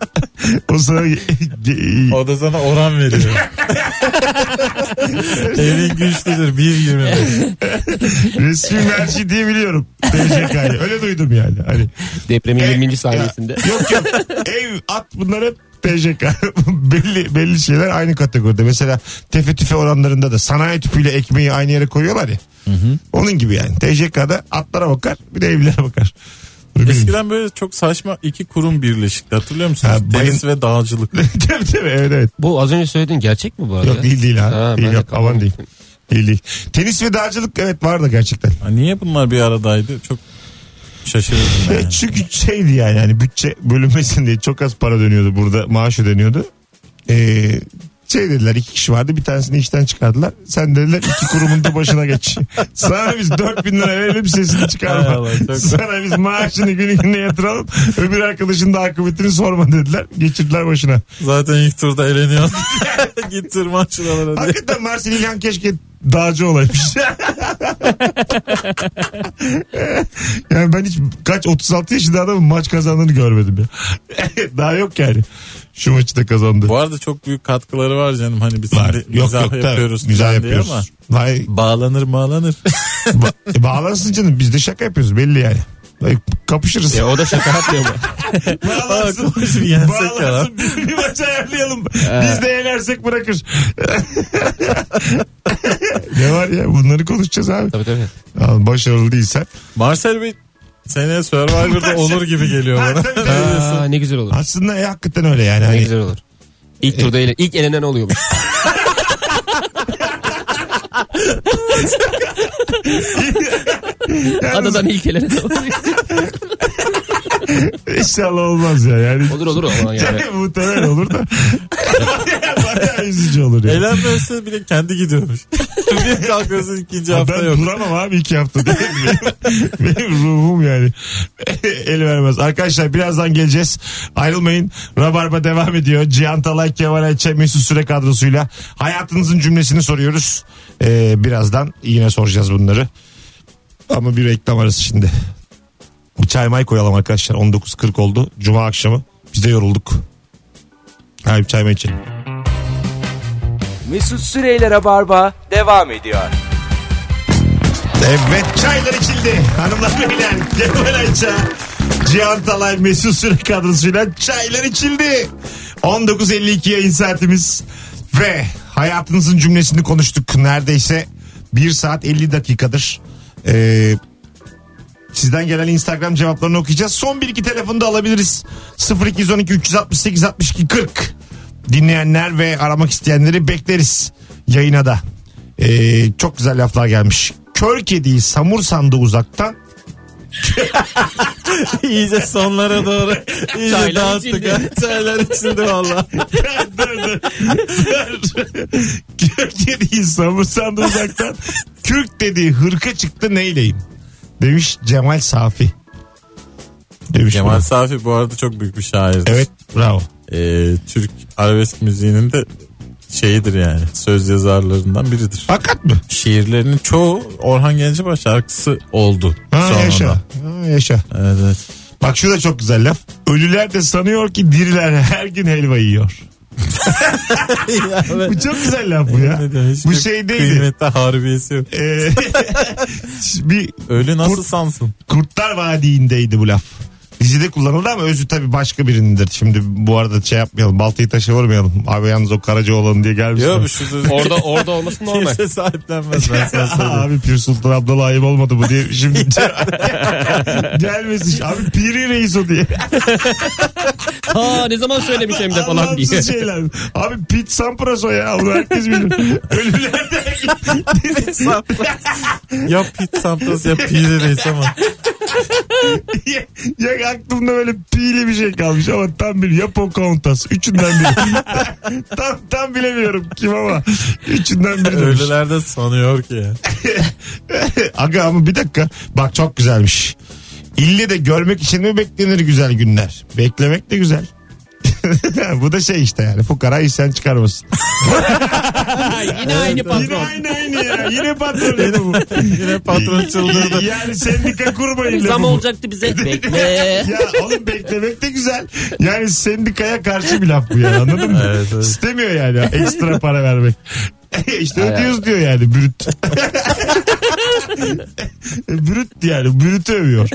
[SPEAKER 2] o sana
[SPEAKER 4] O da sana
[SPEAKER 2] <laughs>
[SPEAKER 4] oran veriyor. Evin güçlüdür 1.25.
[SPEAKER 2] resmi merci diye biliyorum. TJK'ya. Öyle duydum yani. Hani
[SPEAKER 5] Depremin
[SPEAKER 2] E,
[SPEAKER 5] 20.
[SPEAKER 2] ya,
[SPEAKER 5] saniyesinde.
[SPEAKER 2] Yok yok. Ev at bunlar hep TJK. <laughs> belli, belli şeyler aynı kategoride. Mesela tefe tüfe oranlarında da sanayi tüpüyle ekmeği aynı yere koyuyorlar ya. Onun gibi yani. TJK'da atlara bakar bir de evlere bakar. <laughs> Bunu bilin.
[SPEAKER 4] Eskiden böyle çok saçma iki kurum birleşikti hatırlıyor musunuz?
[SPEAKER 2] Ha, bayın-
[SPEAKER 4] Deniz ve dağcılık.
[SPEAKER 2] tabii tabii evet evet.
[SPEAKER 5] Bu az önce söylediğin gerçek mi bu arada?
[SPEAKER 2] Yok değil değil ha.
[SPEAKER 5] Ha,
[SPEAKER 2] değil,
[SPEAKER 5] ben de
[SPEAKER 2] yok, aman
[SPEAKER 5] kafam-
[SPEAKER 2] değil. Değil değil. Tenis ve dağcılık evet vardı gerçekten.
[SPEAKER 4] Ha, niye bunlar bir aradaydı? Çok şaşırdım
[SPEAKER 2] Ve
[SPEAKER 4] yani.
[SPEAKER 2] Şey, çünkü şeydi yani, hani yani bütçe bölünmesin diye çok az para dönüyordu burada maaş ödeniyordu. Ee, şey dediler iki kişi vardı bir tanesini işten çıkardılar. Sen dediler iki kurumun da başına
[SPEAKER 4] <laughs>
[SPEAKER 2] geç. Sana biz 4000 lira verelim sesini
[SPEAKER 4] Hay
[SPEAKER 2] çıkarma.
[SPEAKER 4] Allah, çok-
[SPEAKER 2] Sana biz maaşını günü gününe yatıralım. Öbür arkadaşın da akıbetini sorma dediler. Geçirdiler başına.
[SPEAKER 4] Zaten ilk turda eleniyor. <laughs> Gittir maçlara diye.
[SPEAKER 2] Hakikaten Marcel İlhan keşke dağcı olaymış. yani ben hiç kaç 36 yaşında adamın maç kazandığını görmedim ya. <laughs> Daha yok yani. Şu maçı da kazandı.
[SPEAKER 4] Bu arada çok büyük katkıları var canım. Hani biz
[SPEAKER 2] Var.
[SPEAKER 4] hani mizah
[SPEAKER 2] tabii.
[SPEAKER 4] yapıyoruz.
[SPEAKER 2] Mizah
[SPEAKER 4] falan diye
[SPEAKER 2] yapıyoruz.
[SPEAKER 4] ama
[SPEAKER 2] Vay,
[SPEAKER 4] Bağlanır <laughs> bağlanır.
[SPEAKER 2] ba- e, bağlansın canım biz de şaka yapıyoruz belli yani. Vay, kapışırız.
[SPEAKER 5] Ya o da şaka yapmıyor mu?
[SPEAKER 2] <laughs> bağlansın.
[SPEAKER 4] Konuşup yensek ya lan.
[SPEAKER 2] bağlansın. Bir, bir maç ayarlayalım. biz de yenersek bırakır. <laughs> ne var ya bunları konuşacağız abi.
[SPEAKER 5] Tabii tabii.
[SPEAKER 2] Al, başarılı değilsen.
[SPEAKER 4] Marcel Bey seneye Survivor'da olur gibi geliyor
[SPEAKER 2] Ha,
[SPEAKER 4] bana.
[SPEAKER 2] tabii, tabii.
[SPEAKER 5] Aa, ne güzel olur.
[SPEAKER 2] Aslında e, hakikaten öyle yani.
[SPEAKER 5] Ne
[SPEAKER 2] Hani, E-
[SPEAKER 5] güzel olur. İlk turda ele, ilk
[SPEAKER 2] <laughs>
[SPEAKER 5] elenen oluyormuş.
[SPEAKER 2] yalnız
[SPEAKER 5] Adadan ilk elenen oluyor.
[SPEAKER 2] <laughs> inşallah olmaz ya. Yani,
[SPEAKER 5] Olur olur o zaman
[SPEAKER 2] <laughs>
[SPEAKER 5] yani.
[SPEAKER 2] yani muhtemelen olur da. Bayağı üzücü olur yani.
[SPEAKER 4] Eğlenmezse bile
[SPEAKER 2] <laughs>
[SPEAKER 4] kendi gidiyormuş. bir kalkıyorsun ikinci hafta
[SPEAKER 2] ben
[SPEAKER 4] yok.
[SPEAKER 2] duramam abi iki hafta değil mi? benim, benim ruhum yani. <laughs> El vermez. Arkadaşlar birazdan geleceğiz. Ayrılmayın. Rabarba devam ediyor. Cihan Talay, Kemal Ayça, Mesut Süre kadrosuyla. Hayatınızın cümlesini soruyoruz. Ee, birazdan yine soracağız bunları. Ama bir reklam arası şimdi. Bir çay may koyalım arkadaşlar. 19.40 oldu. Cuma akşamı. Biz de yorulduk. Ha bir çay may içelim.
[SPEAKER 1] Mesut Süreyler'e barba devam ediyor.
[SPEAKER 2] Evet çaylar içildi. Hanımlar beyler Kemal Ayça. Cihan Talay Mesut Süre kadrosuyla çaylar içildi. 19.52 yayın saatimiz ve hayatınızın cümlesini konuştuk. Neredeyse 1 saat 50 dakikadır. Ee, sizden gelen Instagram cevaplarını okuyacağız. Son bir iki telefonu da alabiliriz. 0212 368 62 40 dinleyenler ve aramak isteyenleri bekleriz yayına da. Ee, çok güzel laflar gelmiş. Kör kediyi samur sandı uzaktan.
[SPEAKER 4] İyice sonlara doğru. İyice
[SPEAKER 5] Çaylar
[SPEAKER 4] dağıttık.
[SPEAKER 5] içildi.
[SPEAKER 4] ha. <laughs> Çaylar içildi valla.
[SPEAKER 2] dur dur. dur. Kör kediyi samur sandı uzaktan. Kürk dediği hırka çıktı neyleyim? Demiş Cemal Safi. Demiş
[SPEAKER 4] Kemal
[SPEAKER 2] bana.
[SPEAKER 4] Safi bu arada çok büyük bir şairdir.
[SPEAKER 2] Evet bravo.
[SPEAKER 4] Ee, Türk arabesk müziğinin de şeyidir yani. Söz yazarlarından biridir.
[SPEAKER 2] Hakikat mı?
[SPEAKER 4] Şiirlerinin çoğu Orhan Gencebay şarkısı oldu.
[SPEAKER 2] Ha,
[SPEAKER 4] sonunda.
[SPEAKER 2] yaşa. Ha, yaşa.
[SPEAKER 4] Evet, evet.
[SPEAKER 2] Bak şu da çok güzel laf. Ölüler de sanıyor ki diriler her gün helva
[SPEAKER 4] <laughs>
[SPEAKER 2] yiyor. bu çok güzel laf bu ya.
[SPEAKER 4] Ne diyor, hiç
[SPEAKER 2] bu
[SPEAKER 4] bir
[SPEAKER 2] şey değildi.
[SPEAKER 4] Kıymette harbiyesi yok.
[SPEAKER 2] Ee, <laughs> bir
[SPEAKER 4] Ölü nasıl
[SPEAKER 2] Kurt-
[SPEAKER 4] sansın?
[SPEAKER 2] Kurtlar Vadii'ndeydi bu laf. Dizide kullanıldı ama özü tabii başka birindir. Şimdi bu arada şey yapmayalım. Baltayı taşa vurmayalım. Abi yalnız o Karacaoğlan'ın diye gelmiş.
[SPEAKER 4] Yok şu
[SPEAKER 5] Orada orada olması normal.
[SPEAKER 4] Kimse
[SPEAKER 2] <laughs>
[SPEAKER 4] sahiplenmez ben sana söyleyeyim.
[SPEAKER 2] Abi Pir Sultan Abdal'a ayıp olmadı mı diye
[SPEAKER 4] <laughs>
[SPEAKER 2] şimdi <laughs> gelmesin. Abi Piri Reis o diye.
[SPEAKER 5] Ha ne zaman söylemiş hem de falan diye.
[SPEAKER 2] Anlamsız şeyler. Abi Pete Sampras o ya. Onu herkes
[SPEAKER 5] <laughs>
[SPEAKER 2] bilir. Ölülerde.
[SPEAKER 4] ya Pete Sampras ya Piri Reis ama.
[SPEAKER 2] ya, ya aklımda böyle pili bir şey kalmış ama tam bir ya Pocahontas. Üçünden biri. <laughs> tam, tam bilemiyorum kim ama. Üçünden biri. demiş.
[SPEAKER 4] Ölülerde sanıyor ki.
[SPEAKER 2] <laughs> Aga ama bir dakika. Bak çok güzelmiş. İlle de görmek için mi beklenir güzel günler? Beklemek de güzel. <laughs> Bu da şey işte yani fukara işten çıkarmasın.
[SPEAKER 5] Yine aynı
[SPEAKER 2] Yine
[SPEAKER 5] patron.
[SPEAKER 2] aynı aynı ya. Yine patron lafı
[SPEAKER 5] <laughs>
[SPEAKER 2] bu.
[SPEAKER 4] Yine patron çıldırdı.
[SPEAKER 2] Yani sendika kurmayın lafı
[SPEAKER 5] Zam
[SPEAKER 2] bu.
[SPEAKER 5] olacaktı bize. Bekle.
[SPEAKER 2] <laughs> Ya oğlum beklemek de güzel. Yani sendikaya karşı bir laf bu yani anladın mı?
[SPEAKER 4] Evet, evet.
[SPEAKER 2] İstemiyor yani ekstra para vermek. <laughs> işte ödüyoruz diyor yani brüt. <laughs> brüt yani brütü övüyor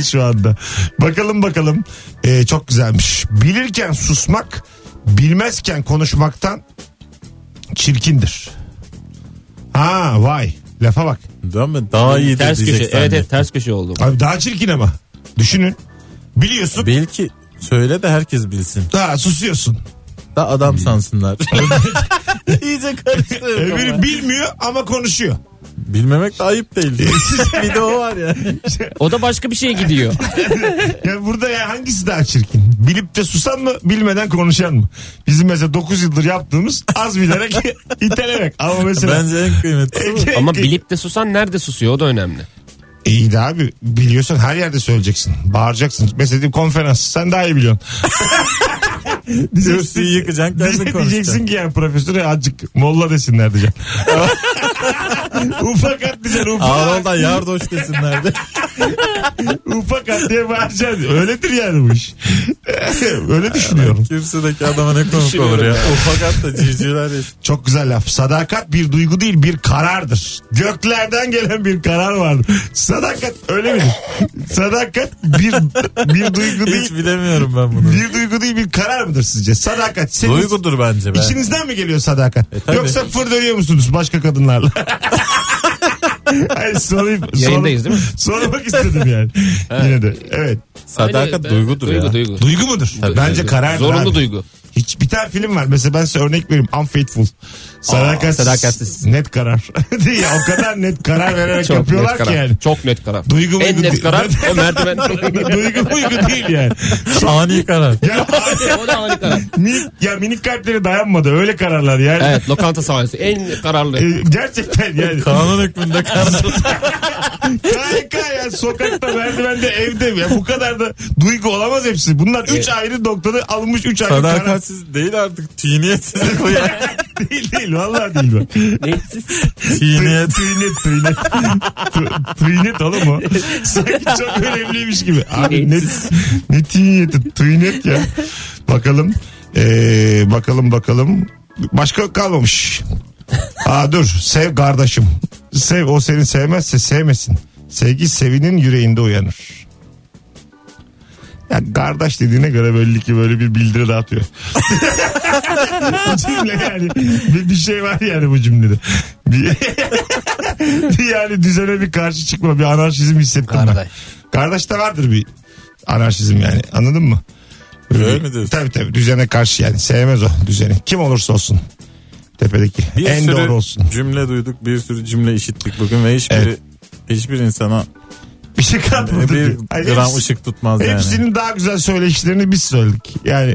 [SPEAKER 2] <laughs> şu anda. Bakalım bakalım Ee, çok güzelmiş. Bilirken susmak bilmezken konuşmaktan çirkindir. Ha vay lafa bak.
[SPEAKER 4] Değil mi? Daha iyi de
[SPEAKER 5] ters köşe.
[SPEAKER 4] diyecek
[SPEAKER 5] Evet
[SPEAKER 4] evet,
[SPEAKER 5] evet ters köşe oldu.
[SPEAKER 2] Abi daha çirkin ama düşünün. Biliyorsun
[SPEAKER 4] Belki söyle de herkes bilsin.
[SPEAKER 2] Ha susuyorsun.
[SPEAKER 4] Da adam sansınlar. İyice karıştırıyor.
[SPEAKER 2] Öbürü
[SPEAKER 4] kafayı.
[SPEAKER 2] E, bilmiyor ama konuşuyor.
[SPEAKER 4] Bilmemek de ayıp değil. bir de o var ya.
[SPEAKER 5] O da başka bir şeye gidiyor.
[SPEAKER 2] Ya burada ya hangisi daha çirkin? Bilip de susan mı bilmeden konuşan mı? Bizim mesela 9 yıldır yaptığımız az bilerek <laughs> itelemek. Ama mesela
[SPEAKER 4] Bence en kıymetlisi bu.
[SPEAKER 5] Ama bilip de susan nerede susuyor o da önemli.
[SPEAKER 2] İyi de abi biliyorsun her yerde söyleyeceksin. Bağıracaksın. Mesela diyeyim konferans sen daha iyi <laughs> biliyorsun.
[SPEAKER 4] Kürsüyü yıkacaksın kendin konuşacaksın.
[SPEAKER 2] diyeceksin ki yani profesöre azıcık molla desinler <laughs> diyeceksin. ufak at diyeceksin ufak.
[SPEAKER 4] Ağrol'da yardoş desinler de.
[SPEAKER 2] ufak at diye bağıracaksın. Öyledir yani bu iş. <laughs> Öyle düşünüyorum.
[SPEAKER 4] Kürsüdeki adama ne komik olur ya. Ufak hatta civcivler yaşıyor.
[SPEAKER 2] Çok güzel laf. Sadakat bir duygu değil bir karardır. Göklerden gelen bir karar vardır. Sadakat öyle midir? Sadakat bir, bir duygu
[SPEAKER 4] Hiç
[SPEAKER 2] değil.
[SPEAKER 4] bilemiyorum ben bunu.
[SPEAKER 2] Bir duygu değil bir karar mıdır sizce? Sadakat. Senin,
[SPEAKER 4] Duygudur bence be. E,
[SPEAKER 2] İçinizden mi geliyor sadakat?
[SPEAKER 4] tabii.
[SPEAKER 2] Yoksa fır dönüyor musunuz başka kadınlarla? <laughs> Hayır sorayım. sor-
[SPEAKER 5] Yayındayız değil mi?
[SPEAKER 2] Sormak istedim yani. Yine de. Evet.
[SPEAKER 4] Sadakat
[SPEAKER 5] Öyle-
[SPEAKER 4] duygudur ya.
[SPEAKER 5] Hani, Duygu duygu.
[SPEAKER 2] Duygu mudur? Bence karar
[SPEAKER 5] Zorunlu
[SPEAKER 2] abi.
[SPEAKER 5] duygu.
[SPEAKER 2] Hiç bir tane film var. Mesela ben size örnek vereyim. Unfaithful. Sadakatsiz.
[SPEAKER 5] sadakatsiz.
[SPEAKER 2] Net karar. <laughs> Değil ya, o kadar net karar vererek yapıyorlar
[SPEAKER 5] net karar.
[SPEAKER 2] ki yani. <laughs>
[SPEAKER 5] Çok net karar.
[SPEAKER 2] Duygu muygu
[SPEAKER 5] en net
[SPEAKER 2] değil.
[SPEAKER 5] karar
[SPEAKER 2] <laughs>
[SPEAKER 5] o merdiven.
[SPEAKER 2] Duygu muygu değil yani.
[SPEAKER 4] Ani karar.
[SPEAKER 5] <laughs>
[SPEAKER 2] Ya,
[SPEAKER 5] o da ani karar.
[SPEAKER 2] minik, ya minik kalpleri dayanmadı. Öyle kararlar yani.
[SPEAKER 5] Evet lokanta sahnesi en kararlı.
[SPEAKER 2] E, gerçekten yani.
[SPEAKER 4] Kanun
[SPEAKER 2] <laughs>
[SPEAKER 4] hükmünde karar.
[SPEAKER 2] Kanka ya sokakta merdivende evde ya bu kadar da duygu olamaz hepsi. Bunlar 3 ayrı noktada alınmış 3 ayrı karar.
[SPEAKER 4] Sadakatsiz değil artık. Tiniyetsiz bu ya.
[SPEAKER 2] <laughs> değil değil vallahi değil bak.
[SPEAKER 4] Tiniyet.
[SPEAKER 2] Tüynet tüynet. Tü- Tüynet oğlum o. Sanki çok önemliymiş gibi. Abi ne, ne tüyneti tüynet ya. Bakalım. Ee, bakalım bakalım. Başka kalmamış. Aa dur sev kardeşim. Sev o seni sevmezse sevmesin. Sevgi sevinin yüreğinde uyanır. Ya kardeş dediğine göre belli ki böyle bir bildiri dağıtıyor. <laughs> bu cümle yani. Bir, bir şey var yani bu cümlede. Bir, <laughs> bir yani düzene bir karşı çıkma bir anarşizm hissettim ben.
[SPEAKER 5] Kardeş.
[SPEAKER 2] Kardeşte vardır bir anarşizm yani anladın mı? Böyle
[SPEAKER 4] Öyle
[SPEAKER 2] bir-
[SPEAKER 4] mi diyorsun?
[SPEAKER 2] Tabii tabii düzene karşı yani sevmez o düzeni. Kim olursa olsun tepedeki
[SPEAKER 4] Bir
[SPEAKER 2] en
[SPEAKER 4] sürü
[SPEAKER 2] doğru olsun.
[SPEAKER 4] cümle duyduk, bir sürü cümle işittik bugün ve hiçbiri
[SPEAKER 2] Evet.
[SPEAKER 4] hiçbir insana e,
[SPEAKER 2] Bir şey kalmadı.
[SPEAKER 4] bir
[SPEAKER 2] diyor. Ay,
[SPEAKER 4] gram
[SPEAKER 2] hepsi-
[SPEAKER 4] ışık tutmaz yani.
[SPEAKER 2] Hepsinin daha güzel söyleyişlerini biz söyledik. Yani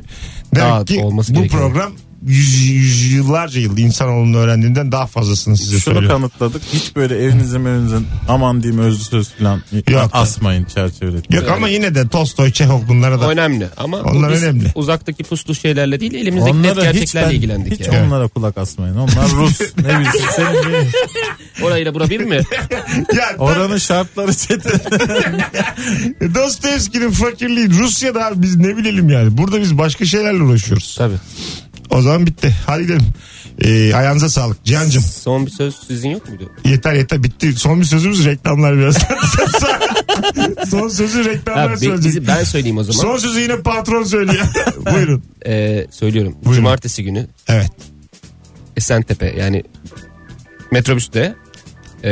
[SPEAKER 2] demek
[SPEAKER 5] Daha
[SPEAKER 2] ki
[SPEAKER 5] olması
[SPEAKER 2] bu
[SPEAKER 5] gerekiyor.
[SPEAKER 2] program yüz, yüz yıllarca yıl insanoğlunun öğrendiğinden daha fazlasını size
[SPEAKER 4] Şunu
[SPEAKER 2] söylüyor.
[SPEAKER 4] kanıtladık. Hiç böyle evinize evinize aman diyeyim özlü söz falan
[SPEAKER 2] Yok.
[SPEAKER 4] asmayın çerçeveletmeyin.
[SPEAKER 2] Yok ama yine de Tolstoy, Çehov bunlara da.
[SPEAKER 5] O önemli ama bu
[SPEAKER 2] Onlar
[SPEAKER 5] biz
[SPEAKER 2] önemli.
[SPEAKER 5] uzaktaki puslu şeylerle değil elimizdeki net gerçeklerle
[SPEAKER 4] ben-
[SPEAKER 5] ilgilendik.
[SPEAKER 4] hiç
[SPEAKER 5] yani.
[SPEAKER 4] onlara kulak asmayın. Onlar
[SPEAKER 2] <laughs>
[SPEAKER 4] Rus. ne bilsin senin bir-
[SPEAKER 5] Orayla bura
[SPEAKER 4] <laughs>
[SPEAKER 5] bir mi?
[SPEAKER 2] <laughs> Ya
[SPEAKER 4] Oranın şartları çetin.
[SPEAKER 2] Dostoyevski'nin fakirliği Rusya'da abi biz ne bilelim yani. Burada biz başka şeylerle uğraşıyoruz.
[SPEAKER 5] Tabii.
[SPEAKER 2] O zaman bitti. Hadi gidelim. Ee, ayağınıza sağlık. Cihan'cığım
[SPEAKER 5] Son bir söz sizin yok muydu?
[SPEAKER 2] yeter yeter bitti. Son bir sözümüz reklamlar biraz. <laughs> Son sözü
[SPEAKER 5] Ha,
[SPEAKER 2] reklamlar
[SPEAKER 5] be-
[SPEAKER 2] söyleyecek.
[SPEAKER 5] bizi- ben söyleyeyim o zaman.
[SPEAKER 2] Son sözü yine patron söylüyor. <laughs> Buyurun.
[SPEAKER 5] Ee, söylüyorum.
[SPEAKER 2] Buyurun.
[SPEAKER 5] Cumartesi günü
[SPEAKER 2] Evet.
[SPEAKER 5] Esentepe yani metrobüste e,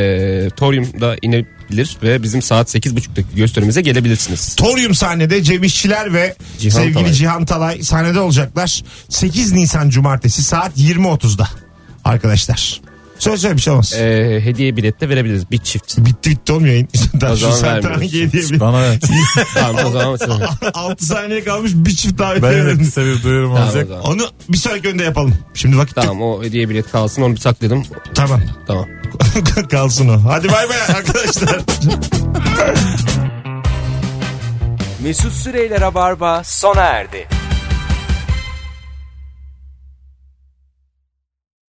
[SPEAKER 5] Torium'da inebilir ve bizim saat 8.30'daki gösterimize gelebilirsiniz.
[SPEAKER 2] Torium sahnede Cem İşçiler ve
[SPEAKER 5] Cihan
[SPEAKER 2] sevgili
[SPEAKER 5] Talay.
[SPEAKER 2] Cihan Talay sahnede olacaklar. 8 Nisan Cumartesi saat 20.30'da arkadaşlar. Söyle söyle bir şey olmaz.
[SPEAKER 5] Ee, hediye bilet de verebiliriz. Bir
[SPEAKER 2] <laughs>
[SPEAKER 5] çift.
[SPEAKER 2] bitti bitti olmuyor yayın. Daha
[SPEAKER 5] O
[SPEAKER 2] şu
[SPEAKER 5] zaman
[SPEAKER 2] saatten
[SPEAKER 5] vermiyorsun.
[SPEAKER 4] Bana ver.
[SPEAKER 5] tamam o zaman size.
[SPEAKER 2] 6 saniye kalmış bir çift davet
[SPEAKER 4] Ben de
[SPEAKER 2] verelim.
[SPEAKER 4] size bir duyurum
[SPEAKER 5] Tamam, o
[SPEAKER 4] olacak.
[SPEAKER 5] zaman.
[SPEAKER 2] Onu bir sonraki önde yapalım. Şimdi vakit yok.
[SPEAKER 5] Tamam o hediye bilet kalsın onu bir sakladım.
[SPEAKER 2] Tamam. <laughs>
[SPEAKER 5] Tamam.
[SPEAKER 2] Kalsın o. Hadi bay bay arkadaşlar.
[SPEAKER 1] Mesut Süreyler'e barba sona erdi.